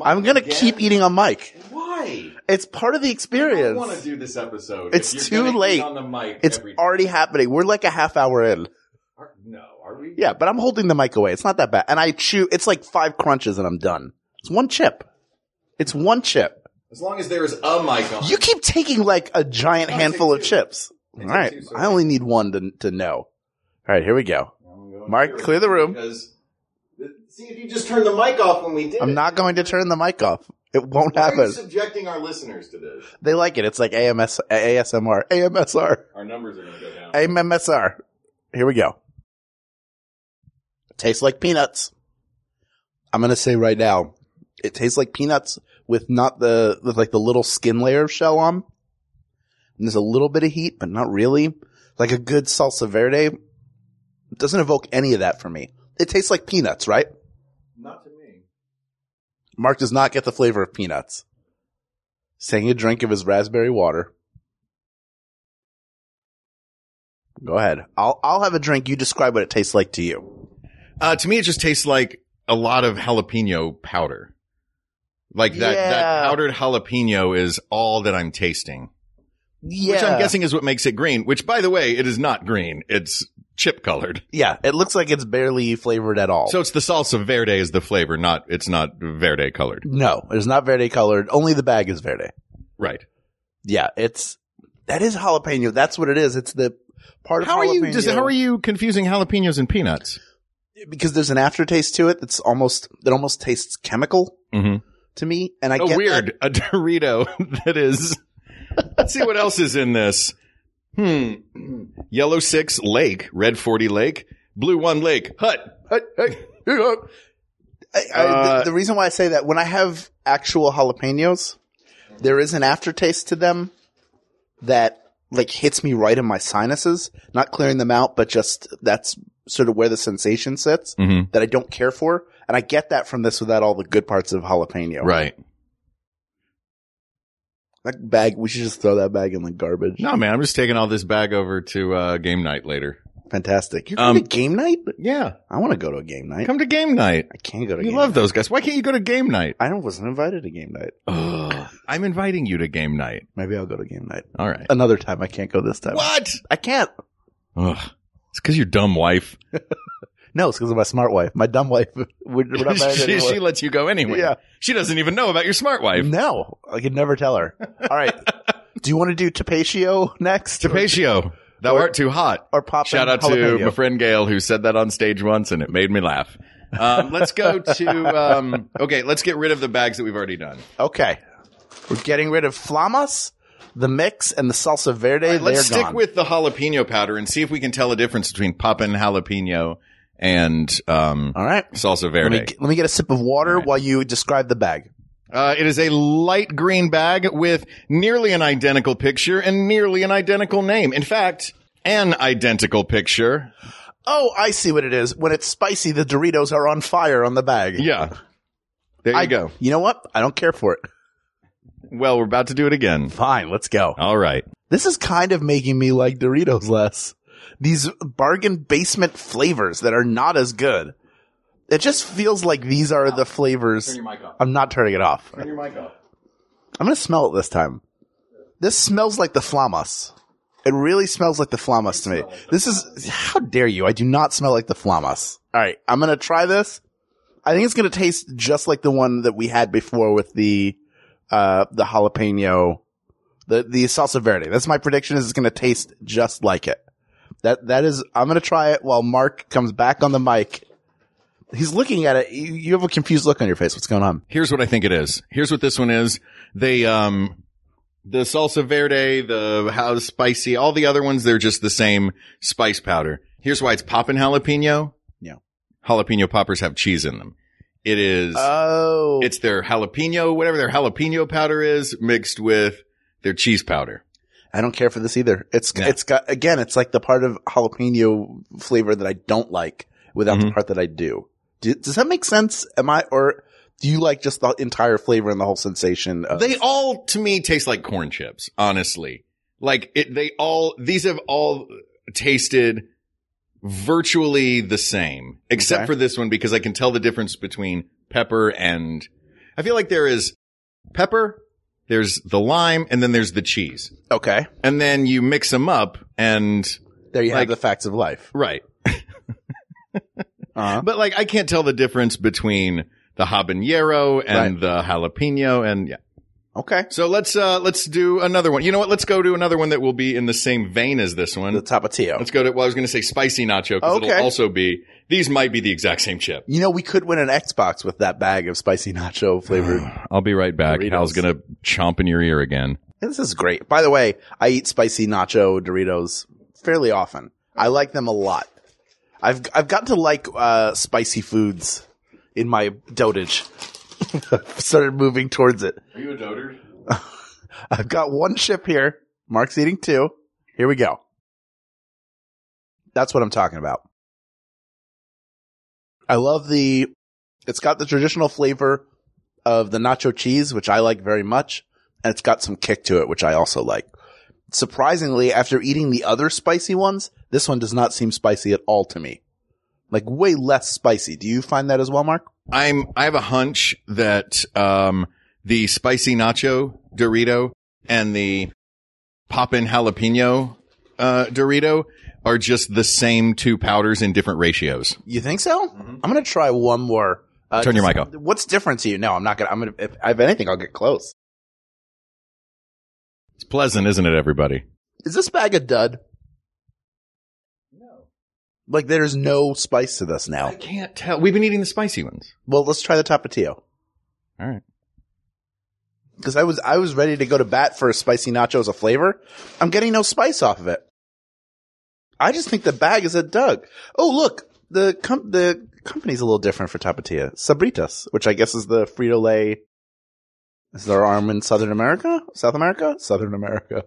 S5: I'm gonna keep eating on Mike.
S2: Why?
S5: It's part of the experience.
S2: do this episode.
S5: It's If you're too gonna eat late. on
S2: the mic.
S5: It's already happening. We're like a half hour in.
S2: No, are we?
S5: Yeah, but I'm holding the mic away. It's not that bad. And I chew. It's like five crunches and I'm done. It's one chip. It's one chip.
S2: As long as there is a mic on.
S5: You keep taking like a giant
S2: I'll
S5: handful of
S2: take two.
S5: chips. All
S2: take
S5: right.
S2: two, so-
S5: I only need one to, to know. All right. Here we go. Mark, clear the room.
S2: Because see if you just turned the mic off when we did.
S5: I'm not going to turn the mic off. It won't happen.
S2: subjecting our listeners to this?
S5: They like it. It's like AMS, ASMR, AMSR,
S2: Our numbers are going to go down.
S5: AMSR. Here we go. Tastes like peanuts. I'm going to say right now, it tastes like peanuts with not the, with like the little skin layer of shell on. And there's a little bit of heat, but not really. Like a good salsa verde. It doesn't evoke any of that for me. It tastes like peanuts, right?
S2: Not to me.
S5: Mark does not get the flavor of peanuts. He's taking a drink of his raspberry water. Go ahead. I'll I'll have a drink. You describe what it tastes like to you.
S2: Uh, to me, it just tastes like a lot of jalapeno powder. Like that,
S5: Yeah.
S2: that powdered jalapeno is all that I'm tasting,
S5: Yeah.
S2: which I'm guessing is what makes it green. Which, by the way, it is not green; it's chip colored.
S5: Yeah. It looks like it's barely flavored at all.
S2: So it's the salsa verde is the flavor, not it's not verde colored.
S5: no, it's not verde colored. Only the bag is verde.
S2: Right?
S5: Yeah. It's that is jalapeno. That's what it is. It's the part of
S2: How are you?
S5: jalapeno-
S2: Does, how are you confusing jalapenos and peanuts?
S5: Because there's an aftertaste to it. It's almost that almost tastes chemical
S2: Mm-hmm.
S5: to me. And I
S2: Oh,
S5: get that-
S2: weird. A Dorito that is. Let's see what else is in this. Hmm. Yellow six lake, red forty lake, blue one lake, hut.
S5: Hey, hey, you know. I, I,
S2: Uh,
S5: the, the reason why I say that when I have actual jalapenos, there is an aftertaste to them that like hits me right in my sinuses. Not clearing them out, but just that's sort of where the sensation sits
S2: Mhm.
S5: that I don't care for, and I get that from this without all the good parts of jalapeno.
S2: Right.
S5: That bag, we should just throw that bag in the garbage.
S2: No, man, I'm just taking all this back over to uh, game night later.
S5: Fantastic. You're
S2: Um,
S5: going to game night?
S2: Yeah,
S5: I want to go to a game night.
S2: come to game night.
S5: I can't go to.
S2: You
S5: game
S2: love
S5: night.
S2: those guys. Why can't you go to game night?
S5: I wasn't invited to game night.
S2: Ugh. I'm inviting you to game night.
S5: Maybe I'll go to game night
S2: All right.
S5: another time. I can't go this time.
S2: What?
S5: I can't.
S2: Ugh. It's because your dumb wife.
S5: No, it's because of my smart wife. My dumb wife. We're, we're not married
S2: she,
S5: anymore.
S2: she lets you go anyway.
S5: Yeah.
S2: She doesn't even know about your smart wife.
S5: no, I could never tell her. All right. do you want to do Tapatio next?
S2: Tapatio, thou
S5: Or-
S2: art too hot.
S5: Or pop
S2: Shout out to my friend Gail who said that on stage once and it made me laugh. Um, let's go to, um, okay, let's get rid of the bags that we've already done.
S5: Okay. We're getting rid of Flamas, the mix, and the salsa verde.
S2: let's
S5: They're
S2: stick
S5: gone.
S2: with the jalapeno powder and see if we can tell a difference between poppin' jalapeno and, um,
S5: All right.
S2: salsa
S5: Let me,
S2: verde.
S5: get- let me get a sip of water while you describe the bag.
S2: Uh, it is a light green bag with nearly an identical picture and nearly an identical name. In fact, an identical picture.
S5: Oh, I see what it is. When it's spicy, the Doritos are on fire on the bag.
S2: Yeah. There you
S5: I
S2: go.
S5: You know what? I don't care for it.
S2: Well, we're about to do it again.
S5: Fine, let's go.
S2: All right.
S5: This is kind of making me like Doritos less. These bargain basement flavors that are not as good. It just feels like these are the flavors. I'm not turning it off. Turn your mic off. I'm going to smell it this time. This smells like the Flamas. It really smells like the Flamas to me. This is, how dare you? I do not smell like the Flamas. All right. I'm going to try this. I think it's going to taste just like the one that we had before with the, uh, the jalapeno the the salsa verde. That's my prediction. Is it's going to taste just like it. That that is. I'm going to try it while Mark comes back on the mic, He's looking at it. You, you have a confused look on your face. What's going on?
S2: Here's what I think it is. Here's what this one is. They, um, the salsa verde, the how spicy, all the other ones, they're just the same spice powder. Here's why it's poppin' jalapeno.
S5: Yeah.
S2: Jalapeno poppers have cheese in them. It is,
S5: Oh,
S2: it's their jalapeno, whatever their jalapeno powder is mixed with their cheese powder.
S5: I don't care for this either. It's
S2: No.
S5: it's got again. It's like the part of jalapeno flavor that I don't like without the
S2: Mhm.
S5: part that I do. do. Does that make sense? Am I or do you like just the entire flavor and the whole sensation? Of,
S2: They all to me taste like corn chips, honestly. Like it, they all, these have all tasted virtually the same, except
S5: Okay.
S2: for this one because I can tell the difference between pepper and I feel like there is pepper, there's the lime, and then there's the cheese.
S5: okay.
S2: And then you mix them up and
S5: There you
S2: Like-
S5: have the facts of life.
S2: right.
S5: Uh-huh.
S2: But like I can't tell the difference between the habanero and the jalapeno and yeah.
S5: Okay.
S2: So let's uh let's do another one. You know what? Let's go to another one that will be in the same vein as this one.
S5: The tapatio.
S2: let's go to. Well, I was going to say spicy nacho because
S5: Okay.
S2: it'll also be. These might be the exact same chip.
S5: You know, we could win an Xbox with that bag of spicy nacho flavored.
S2: I'll be right back.
S5: Doritos.
S2: Hal's going to chomp in your ear again.
S5: this is great. By the way, I eat spicy nacho Doritos fairly often. I like them a lot. I've I've gotten to like uh, spicy foods in my dotage. Started moving towards it.
S2: Are you a dotard?
S5: I've got one chip here. Mark's eating two. Here we go. That's what I'm talking about. I love the, it's got the traditional flavor of the nacho cheese, which I like very much. And it's got some kick to it, which I also like. Surprisingly, after eating the other spicy ones, this one does not seem spicy at all to me. Like way less spicy. Do you find that as well, Mark?
S2: I'm. I have a hunch that um the spicy nacho Dorito and the poppin' jalapeno uh, Dorito are just the same two powders in different ratios.
S5: You think so? I'm gonna try one more. Uh,
S2: Turn your
S5: just-
S2: mic off.
S5: What's different to you? No, I'm not gonna. I'm gonna. If I have anything, I'll get close.
S2: It's pleasant, isn't it, everybody?
S5: Is this bag a dud? No. Like there's no spice to this now.
S2: I can't tell. We've been eating the spicy ones.
S5: Well, let's try the tapatio
S2: All right.
S5: because I was I was ready to go to bat for a spicy nacho as a flavor. I'm getting no spice off of it. I just think the bag is a dud. Oh look, the com- the company's a little different for tapatio. Sabritas, which I guess is the Frito Lay. Is their arm in Southern America? South America? Southern America.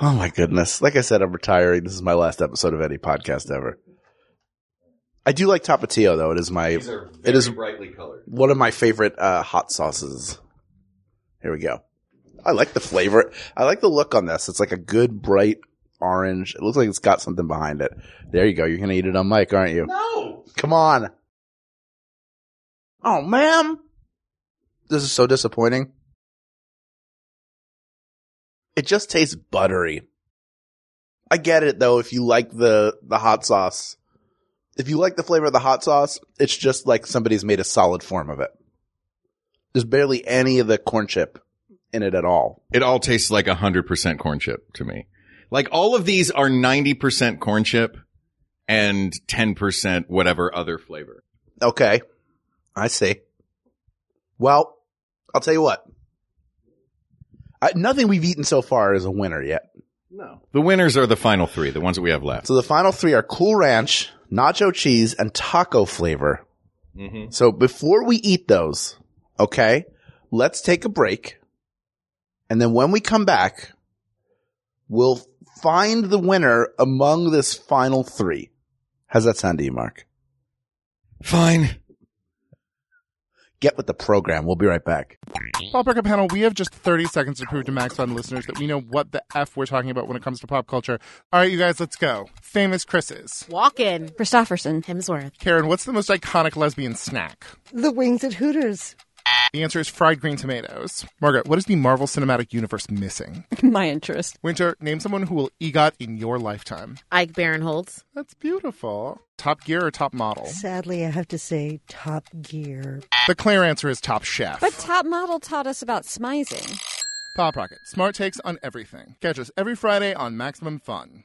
S5: Oh my goodness. Like I said, I'm retiring. This is my last episode of any podcast ever. I do like tapatio though. It is my it is
S2: brightly colored.
S5: one of my favorite uh, hot sauces. Here we go. I like the flavor. I like the look on this. It's like a good bright orange. It looks like it's got something behind it. There you go. You're gonna eat it on mic, aren't you? No. Come on. Oh, ma'am. This is so disappointing. It just tastes buttery. I get it though. If you like the the hot sauce, if you like the flavor of the hot sauce, it's just like somebody's made a solid form of it. There's barely any of the corn chip in it at all.
S2: It all tastes like 100% corn chip to me. Like all of these are 90% corn chip and 10% whatever other flavor.
S5: Okay. I see. Well, I'll tell you what. I, nothing we've eaten so far is a winner yet.
S2: The winners are the final three, the ones that we have left.
S5: So the final three are Cool Ranch, Nacho Cheese, and Taco Flavor.
S2: Mm-hmm.
S5: So before we eat those, okay, let's take a break. And then when we come back, we'll find the winner among this final three. How's that sound to you, Mark?
S2: Fine.
S5: Get with the program. We'll be right back.
S6: Pop Record Panel, we have just 30 seconds to prove to Max Fun listeners that we know what the F we're talking about when it comes to pop culture. All right, you guys, let's go. Famous Chris's.
S7: Walken.
S8: Christofferson. Hemsworth.
S6: Karen, what's the most iconic lesbian snack?
S9: The wings at Hooters.
S6: The answer is fried green tomatoes. Margaret, what is the Marvel Cinematic Universe missing?
S8: My interest.
S6: Winter, name someone who will EGOT in your lifetime.
S8: Ike Barinholtz.
S6: That's beautiful. Top Gear or Top Model?
S9: Sadly, I have to say Top Gear.
S6: The clear answer is Top Chef.
S7: But Top Model taught us about smizing.
S6: Pop Rocket, smart takes on everything. Catch us every Friday on Maximum Fun.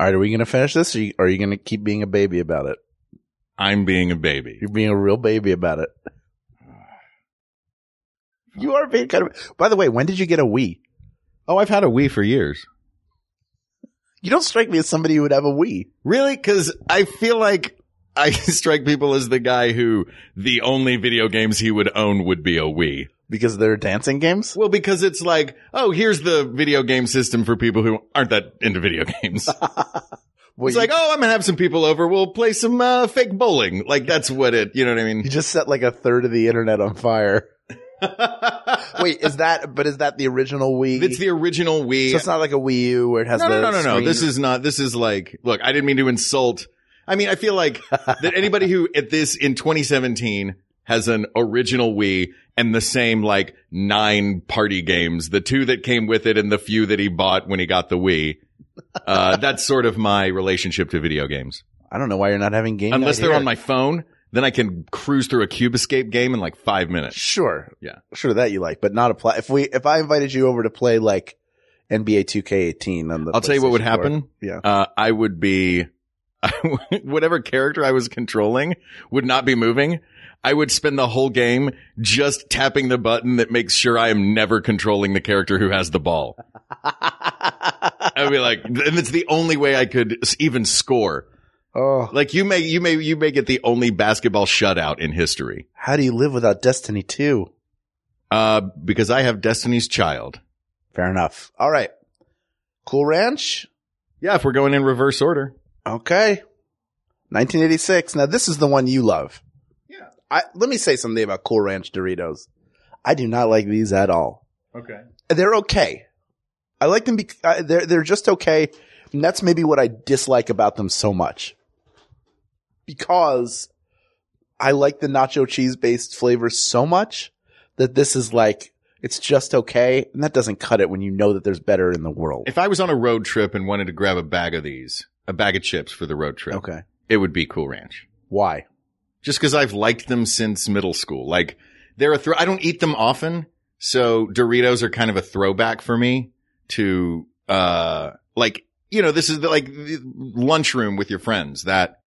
S5: All right, are we going to finish this? Or you- are you going to keep being a baby about it?
S2: I'm being a baby.
S5: You're being a real baby about it. You are being kind of. By the way, when did you get a Wii?
S2: Oh, I've had a Wii for years.
S5: You don't strike me as somebody who would have a Wii.
S2: Really? Because I feel like I strike people as the guy who the only video games he would own would be a Wii.
S5: Because they're dancing games?
S2: Well, because it's like, oh, here's the video game system for people who aren't that into video games.
S5: Well,
S2: it's
S5: you,
S2: like, oh, I'm gonna have some people over. We'll play some uh, fake bowling. Like that's what it. You know what I
S5: you
S2: mean?
S5: just set like a third of the internet on fire. Wait, is that, but is that the original Wii?
S2: It's the original Wii.
S5: so it's not like a Wii U where it has
S2: no, no,
S5: the
S2: no, no, no.
S5: screen?
S2: This is not. This is like. Look, I didn't mean to insult. I mean, I feel like that anybody who at this in 2017 has an original Wii and the same like nine party games, the two that came with it and the few that he bought when he got the Wii. Uh, that's sort of my relationship to video games.
S5: I don't know why you're not having games.
S2: Unless they're on my phone, then I can cruise through a Cube Escape game in like five minutes.
S5: Sure.
S2: Yeah.
S5: Sure, that you like, but not a pla- If we, if I invited you over to play like NBA 2K18 on the
S2: I'll tell you what would
S5: PlayStation
S2: happen.
S5: 4. Yeah.
S2: uh, I would be whatever character I was controlling would not be moving. I would spend the whole game just tapping the button that makes sure I am never controlling the character who has the ball. I'd be like, and it's the only way I could s- even score.
S5: Oh,
S2: Like you may, you may, you may get the only basketball shutout in history.
S5: how do you live without Destiny 2?
S2: Uh, because I have Destiny's Child.
S5: Fair enough. All right. Cool Ranch.
S2: Yeah, if we're going in reverse order.
S5: Okay. 1986. Now this is the one you love. Yeah. I, let me say something about Cool Ranch Doritos. I do not like these at all.
S2: Okay.
S5: They're okay. I like them. Bec- uh, they're they're just okay, and that's maybe what I dislike about them so much. Because I like the nacho cheese based flavor so much that this is like it's just okay, and that doesn't cut it when you know that there's better in the world.
S2: If I was on a road trip and wanted to grab a bag of these, a bag of chips for the road trip.
S5: okay.
S2: it would be Cool Ranch.
S5: Why?
S2: Just because I've liked them since middle school. Like they're a throw. I don't eat them often, so Doritos are kind of a throwback for me to uh like you know this is the, like the lunchroom with your friends. That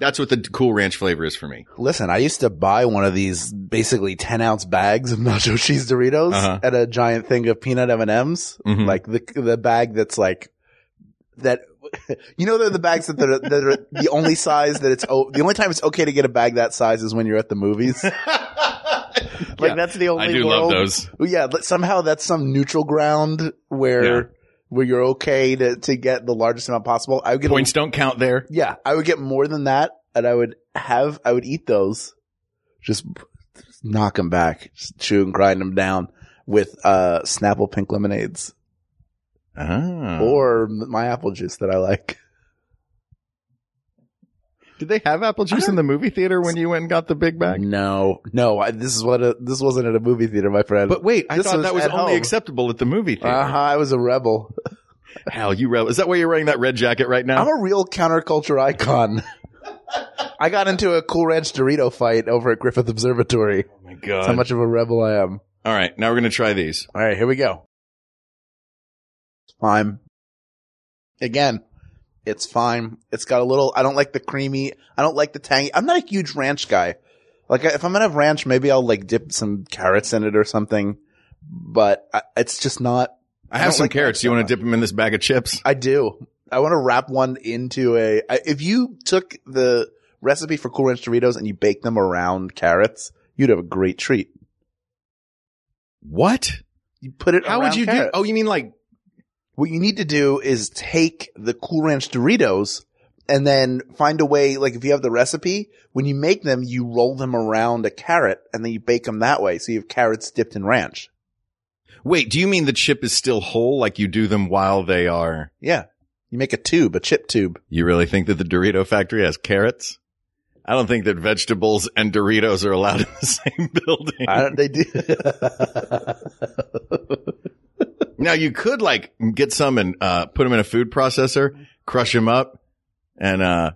S2: that's what the Cool Ranch flavor is for me.
S5: Listen, I used to buy one of these basically ten ounce bags of nacho cheese Doritos
S2: Uh-huh.
S5: and a giant thing of peanut M and M's,
S2: Mhm.
S5: like the the bag that's like that. You know, they're the bags that are, that are the only size that it's o- the only time it's okay to get a bag that size is when you're at the movies. Like
S2: Yeah.
S5: that's the only.
S2: I do
S5: world-
S2: love those.
S5: Yeah, but somehow that's some neutral ground where
S2: Yeah.
S5: where you're okay to to get the largest amount possible. I would get a
S2: Points don't count there.
S5: yeah, I would get more than that, and I would have, I would eat those, just, just knock them back, just chew and grind them down with uh Snapple pink lemonades
S2: Ah.
S5: or my apple juice that I like.
S2: did they have apple juice in the movie theater when you went and got the big bag?
S5: No, no, I, this is what a, this wasn't at a movie theater, my friend.
S2: But wait, I
S5: This
S2: thought
S5: was
S2: that was
S5: at
S2: only
S5: home.
S2: acceptable at the movie theater.
S5: uh-huh, I was a rebel.
S2: Hal, you rel- is that why you're wearing that red jacket right now?
S5: I'm a real counterculture icon. I got into a Cool Ranch Dorito fight over at Griffith Observatory.
S2: oh my
S5: That's
S2: god!
S5: how much of a rebel I am.
S2: All right, now we're gonna try these.
S5: All right, here we go. Fine. Again, it's fine. It's got a little. I don't like the creamy. I don't like the tangy. I'm not a huge ranch guy. Like if I'm gonna have ranch, maybe I'll like dip some carrots in it or something. But I, it's just not.
S2: I
S5: I
S2: have
S5: don't
S2: some
S5: like
S2: carrots.
S5: that
S2: Do you want
S5: stuff.
S2: to dip them in this bag of chips?
S5: I do. I want to wrap one into a. I, if you took the recipe for Cool Ranch Doritos and you baked them around carrots, you'd have a great treat.
S2: What?
S5: You put it.
S2: How would
S5: around
S2: you do?
S5: carrots.
S2: Oh, you mean like?
S5: what you need to do is take the Cool Ranch Doritos and then find a way, like if you have the recipe, when you make them, you roll them around a carrot and then you bake them that way. So you have carrots dipped in ranch.
S2: Wait, do you mean the chip is still whole? Like you do them while they are?
S5: Yeah. You make a tube, a chip tube.
S2: You really think that the Dorito factory has carrots? I don't think that vegetables and Doritos are allowed in the same building.
S5: I don't, they do.
S2: now you could like get some and uh, put them in a food processor, crush them up, and uh,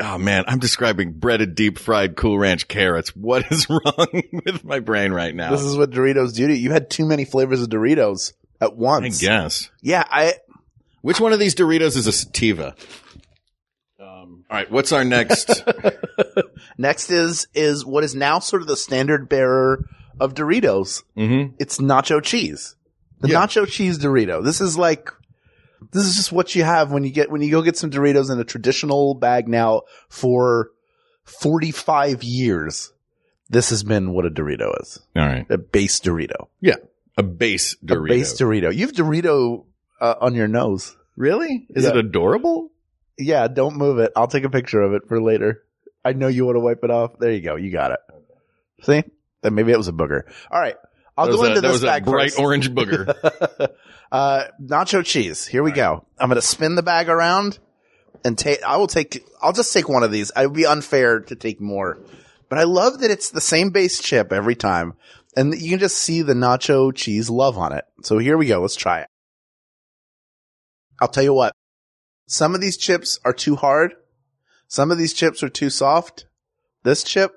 S2: oh man, I'm describing breaded deep fried Cool Ranch carrots. What is wrong with my brain right now?
S5: This is what Doritos do to you. You had too many flavors of Doritos at
S2: I
S5: once.
S2: guess.
S5: Yeah, I
S2: Which one of these Doritos is a sativa? Um, all right, what's our next?
S5: next is is what is now sort of the standard bearer of Doritos.
S2: mm-hmm.
S5: It's nacho cheese. The
S2: Yeah.
S5: nacho cheese Dorito. This is like this is just what you have when you get when you go get some Doritos in a traditional bag now for 45 years. This has been what a Dorito is.
S2: All right,
S5: A base Dorito.
S2: yeah, a base Dorito.
S5: Base Dorito. You've Dorito uh, on your nose.
S2: really? Is
S5: Yeah.
S2: it adorable?
S5: Yeah, don't move it. I'll take a picture of it for later. I know you want to wipe it off. There you go. You got it. See? Then maybe it was a booger. All right. I'll
S2: That was
S5: go
S2: a-
S5: into
S2: that
S5: this
S2: was a
S5: bag
S2: bright
S5: first.
S2: orange booger.
S5: uh, nacho cheese. Here we go. I'm going to spin the bag around and take, I will take, I'll just take one of these. It would be unfair to take more, but I love that it's the same base chip every time and you can just see the nacho cheese love on it. So here we go. Let's try it. I'll tell you what, some of these chips are too hard. Some of these chips are too soft. This chip,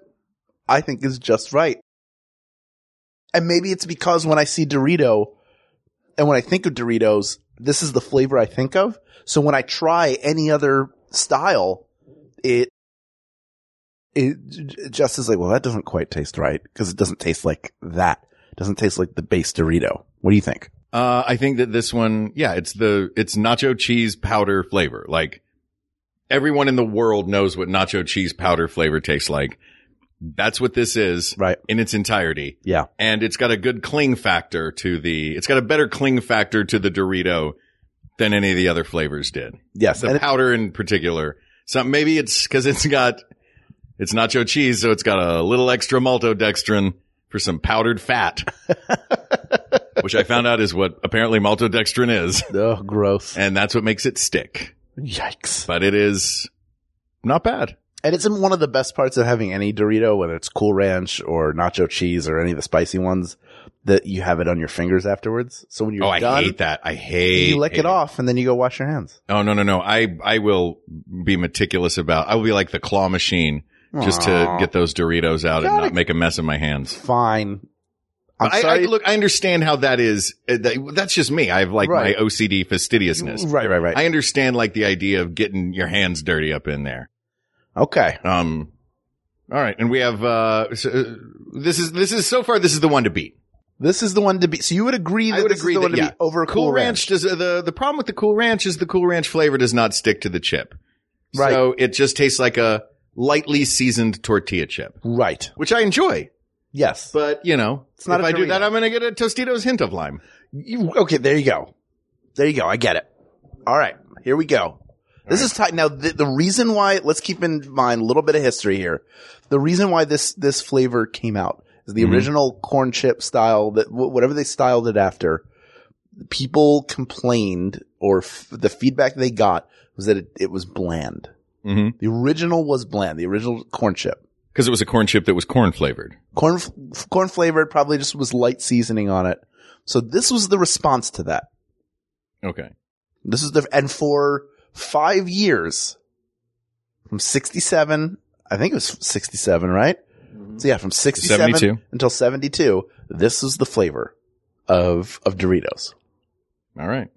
S5: I think is just right. And maybe it's because when I see Dorito, and when I think of Doritos, this is the flavor I think of. So when I try any other style, it it j- j- just is like, well, that doesn't quite taste right because it doesn't taste like that. It doesn't taste like the base Dorito. What do you think?
S2: Uh, I think that this one, yeah, it's the, it's nacho cheese powder flavor. Like everyone in the world knows what nacho cheese powder flavor tastes like. That's what this is
S5: Right.
S2: in its entirety.
S5: Yeah.
S2: And it's got a good cling factor to the, it's got a better cling factor to the Dorito than any of the other flavors did.
S5: Yes.
S2: The
S5: And it-
S2: powder in particular. So maybe it's cause it's got, it's nacho cheese. So it's got a little extra maltodextrin for some powdered fat, which I found out is what apparently maltodextrin is.
S5: oh, gross.
S2: And that's what makes it stick,
S5: Yikes.
S2: but it is not bad.
S5: And it's in one of the best parts of having any Dorito, whether it's Cool Ranch or Nacho Cheese or any of the spicy ones, that you have it on your fingers afterwards. So when you're
S2: oh, I
S5: done,
S2: hate that. I hate
S5: you lick
S2: hate
S5: it off and then you go wash your hands.
S2: Oh, no, no, no. I, I will be meticulous about, I will be like the claw machine just to get those Doritos out and not make a mess of my hands.
S5: Fine. I'm
S2: But I, I,
S5: sorry.
S2: look, I understand how that is. uh, that- that's just me. I have like
S5: Right.
S2: my OCD fastidiousness.
S5: Right, right, right.
S2: I understand like the idea of getting your hands dirty up in there.
S5: okay.
S2: Um, all right. And we have, uh, so, uh, this is, this is so far, this is the one to beat.
S5: This is the one to be. So you would agree that
S2: I would
S5: this
S2: agree
S5: is the
S2: that,
S5: one to
S2: yeah.
S5: be over Cool, Ranch.
S2: does, uh, the, the problem with the Cool Ranch is the Cool Ranch flavor does not stick to the chip.
S5: Right.
S2: So it just tastes like a lightly seasoned tortilla chip,
S5: Right.
S2: which I enjoy.
S5: Yes.
S2: But, you know, it's
S5: not
S2: if
S5: a
S2: I do
S5: Dorito.
S2: that, I'm going to get a Tostitos hint of lime.
S5: You- okay, there you go. There you go. I get it. All right. Here we go. This is tight. Now, the, the reason why, let's keep in mind a little bit of history here. The reason why this, this flavor came out is the original corn chip style that, wh- whatever they styled it after, people complained or f- the feedback they got was that it, it was bland.
S2: Mm-hmm.
S5: The original was bland. The original corn chip.
S2: Cause it was a corn chip that was corn flavored.
S5: corn f- corn flavored probably just was light seasoning on it so this was the response to that
S2: Okay.
S5: this is the and for five years from 67 i think it was 67 right so yeah from 67
S2: 72.
S5: until 72 this was the flavor of of doritos
S2: All right.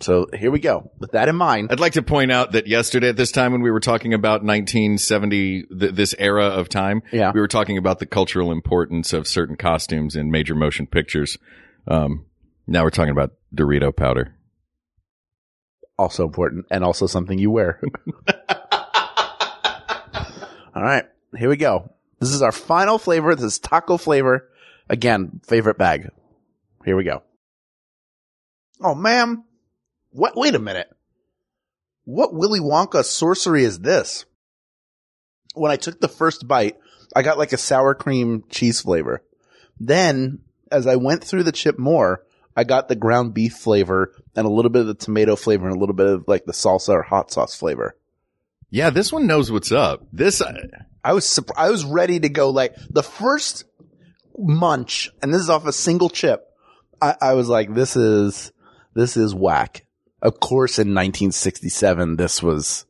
S5: so here we go with that in mind
S2: I'd like to point out that yesterday at this time when we were talking about 1970, th- this era of time,
S5: Yeah.
S2: we were talking about the cultural importance of certain costumes in major motion pictures. Um, now we're talking about Dorito powder.
S5: also important and also something you wear. All right, here we go. This is our final flavor. This is taco flavor. Again, favorite bag. Here we go. Oh, ma'am. What? Wait a minute. What Willy Wonka sorcery is this? When I took the first bite, I got like a sour cream cheese flavor. Then as I went through the chip more, I got the ground beef flavor and a little bit of the tomato flavor and a little bit of like the salsa or hot sauce flavor.
S2: Yeah, this one knows what's up. This uh, I,
S5: was surp- I was ready to go like the first munch, and this is off a single chip. I, I was like, this is this is whack. Of course, in 1967, this was,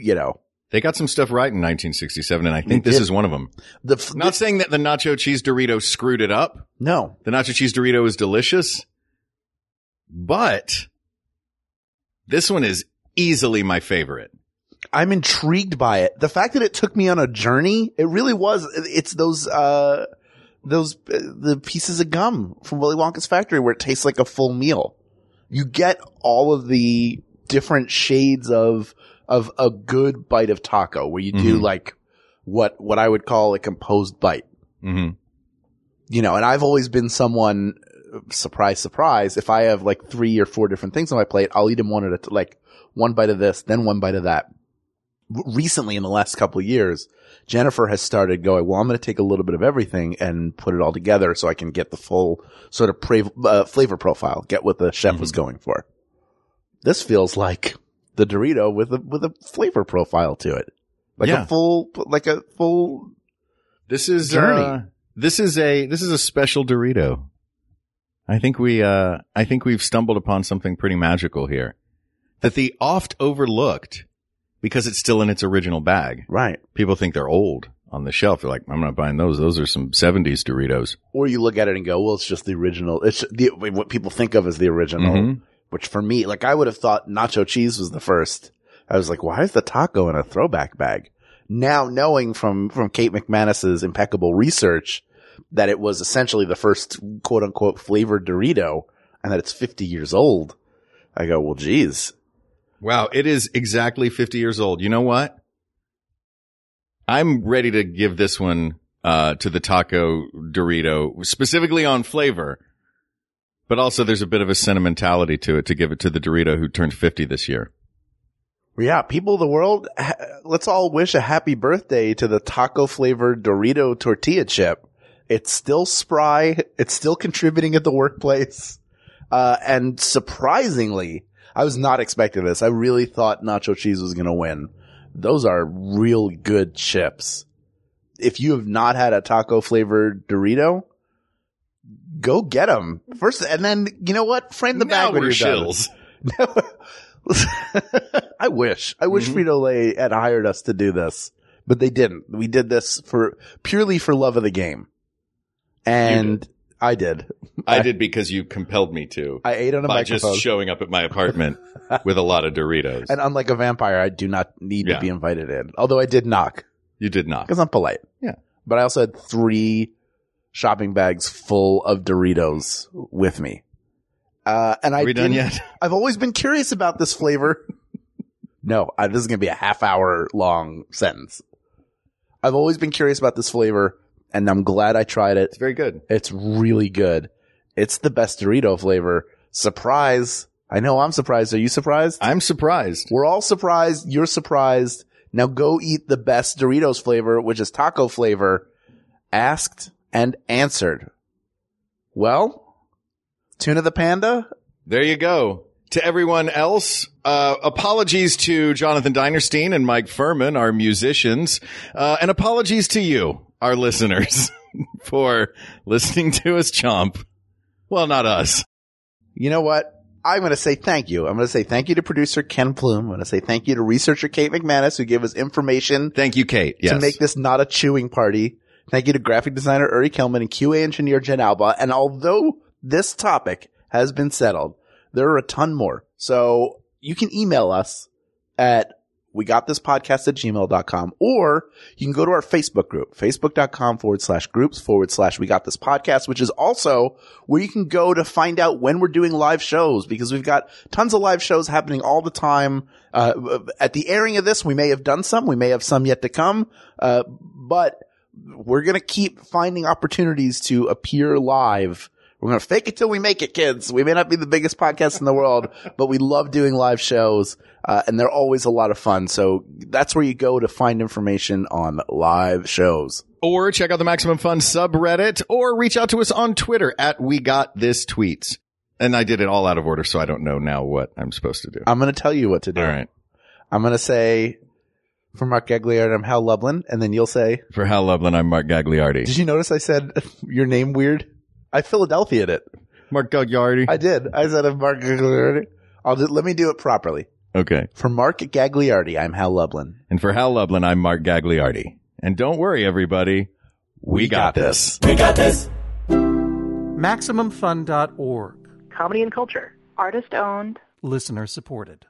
S5: you know,
S2: They got some stuff right in 1967, and I think
S5: They
S2: this
S5: did.
S2: is one of them.
S5: the f-
S2: Not saying that the nacho cheese Dorito screwed it up.
S5: no,
S2: The nacho cheese Dorito is delicious, but this one is easily my favorite.
S5: I'm intrigued by it. The fact that it took me on a journey, it really was. It's those, uh, those, uh, the pieces of gum from Willy Wonka's factory where it tastes like a full meal. You get all of the different shades of, of a good bite of taco where you do
S2: Mhm.
S5: like what, what I would call a composed bite
S2: hmm
S5: you know, and I've always been someone, surprise, surprise, if I have like three or four different things on my plate, I'll eat them one at a, t- like one bite of this, then one bite of that. R- Recently in the last couple of years, Jennifer has started going, well, I'm going to take a little bit of everything and put it all together so I can get the full sort of pra- uh, flavor profile, get what the chef was going for. This feels like the Dorito with a, with a flavor profile to it. Like
S2: Yeah.
S5: a full, like a full
S2: This is
S5: Journey.
S2: uh, this is a this is a special Dorito. I think we uh I think we've stumbled upon something pretty magical here that the oft overlooked because it's still in its original bag.
S5: Right.
S2: People think they're old on the shelf. They're like, I'm not buying those. Those are some 70s Doritos.
S5: or you look at it and go, well, it's just the original. It's the, what people think of as the original,
S2: Mhm.
S5: which for me, like I would have thought nacho cheese was the first. I was like, why is the taco in a throwback bag? Now knowing from, from Kate McManus's impeccable research that it was essentially the first quote unquote flavored Dorito and that it's 50 years old. I go, well, geez.
S2: Wow, it is exactly 50 years old. You know what? I'm ready to give this one uh, to the taco Dorito, specifically on flavor, but also there's a bit of a sentimentality to it to give it to the Dorito who turned 50 this year.
S5: Yeah, people of the world, ha- let's all wish a happy birthday to the taco flavored Dorito tortilla chip. It's still spry. It's still contributing at the workplace. Uh, and surprisingly, I was not expecting this. I really thought nacho cheese was going to win. Those are real good chips. If you have not had a taco flavored Dorito, go get them first. And then you know what? Frame the
S2: now
S5: bag when
S2: we're
S5: you're done.
S2: shills.
S5: I wish. I wish
S2: Mm-hmm.
S5: Frito Lay had hired us to do this, but they didn't. We did this for purely for love of the game, and I did.
S2: I did because you compelled me to
S5: I ate on a
S2: by
S5: microphone,
S2: just showing up at my apartment with a lot of Doritos.
S5: and unlike a vampire, I do not need
S2: Yeah.
S5: to be invited in. Although I did knock
S2: you did not.
S5: because I'm polite.
S2: Yeah.
S5: but I also had three shopping bags full of Doritos with me. Uh, and I
S2: Are we done
S5: didn't-
S2: yet?
S5: I've always been curious about this flavor. no, I, this is going to be a half hour long sentence. I've always been curious about this flavor, and I'm glad I tried it.
S2: It's very good.
S5: It's really good. It's the best Dorito flavor. Surprise. I know I'm surprised. Are you surprised?
S2: I'm surprised.
S5: We're all surprised. You're surprised. Now go eat the best Doritos flavor, which is taco flavor, asked and answered. Well, Tuna the Panda,
S2: There you go. To everyone else, uh, apologies to Jonathan Dinerstein and Mike Furman, our musicians, uh, and apologies to you, our listeners, for listening to us chomp. Well, not us.
S5: you know what? I'm going to say thank you. I'm going to say thank you to producer Ken Plume. I'm going to say thank you to researcher Kate McManus who gave us information
S2: Thank you, Kate. Yes.
S5: to make this not a chewing party. Thank you to graphic designer Uri Kelman and QA engineer Jen Alba. And although this topic has been settled, there are a ton more. So you can email us at we got this podcast at gmail.com or you can go to our Facebook group, facebook.com forward slash groups forward slash we got this podcast, which is also where you can go to find out when we're doing live shows because we've got tons of live shows happening all the time. Uh, at the airing of this, we may have done some, we may have some yet to come. Uh, but we're going to keep finding opportunities to appear live. We're We're going to fake it till we make it, kids. We may not be the biggest podcast in the world, but we love doing live shows, uh, and they're always a lot of fun. So that's where you go to find information on live shows.
S2: Or check out the Maximum Fun subreddit or reach out to us on Twitter at We Got This Tweets. And I did it all out of order, so I don't know now what I'm supposed to do.
S5: I'm going to tell you what to do.
S2: All right.
S5: I'm going to say for Mark Gagliardi, I'm Hal Lublin, and then you'll say,
S2: For Hal Lublin, I'm Mark Gagliardi.
S5: Did you notice I said your name weird? I Philadelphia'd it.
S2: Mark Gagliardi.
S5: I did. I said I'm Mark Gagliardi. I'll just, let me do it properly.
S2: Okay.
S5: For Mark Gagliardi, I'm Hal Lublin.
S2: And for Hal Lublin, I'm Mark Gagliardi. And don't worry, everybody. We, got, this.
S4: We got this.
S10: MaximumFun.org.
S11: Comedy and culture. Artist owned.
S10: Listener supported.